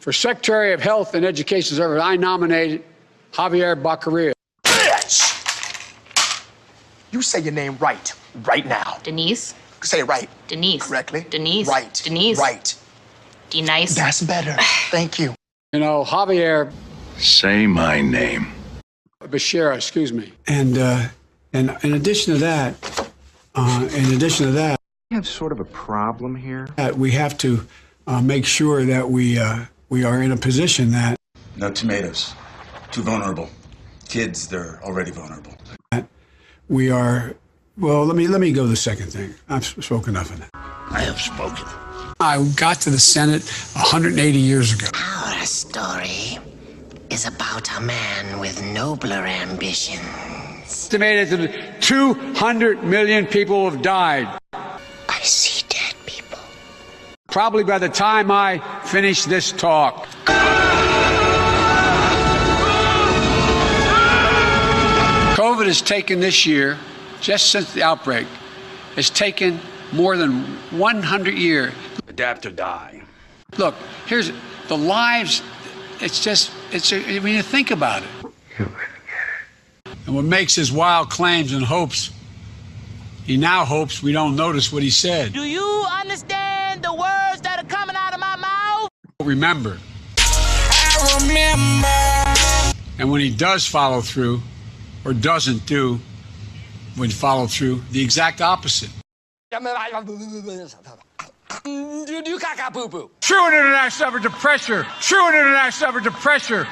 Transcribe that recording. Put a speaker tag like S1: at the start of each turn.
S1: For Secretary of Health and Education Service, I nominated Javier Baccaria.
S2: Bitch! You say your name right, right now.
S3: Denise.
S2: Say it right.
S3: Denise.
S2: Correctly.
S3: Denise.
S2: Right.
S3: Denise.
S2: Right.
S3: Denise.
S2: That's better. Thank you.
S1: You know, Javier
S4: Say my name.
S1: Becerra, excuse me.
S5: And uh, and in addition to that, uh, in addition to that,
S6: We have sort of a problem here.
S5: that we have to uh, make sure that we uh, we are in a position that
S7: No tomatoes. Too vulnerable. Kids, they're already vulnerable.
S5: we are. Well, let me let me go to the second thing. I've s- spoken enough of that.
S4: I have spoken.
S5: I got to the Senate 180 years ago.
S8: Our story is about a man with nobler ambitions.
S1: Estimated that 200 million people have died.
S8: I see dead people.
S1: Probably by the time I finish this talk. COVID has taken this year, just since the outbreak, has taken more than 100 years.
S9: Adapt or die.
S1: Look, here's the lives. It's just, it's when you think about it. And what makes his wild claims and hopes, he now hopes we don't notice what he said.
S10: Do you understand the words that are coming out of my mouth?
S1: Remember.
S10: I remember.
S1: And when he does follow through, or doesn't do, when follow through, the exact opposite.
S10: Do do caca poo poo.
S1: True international effort to pressure. True international effort to pressure.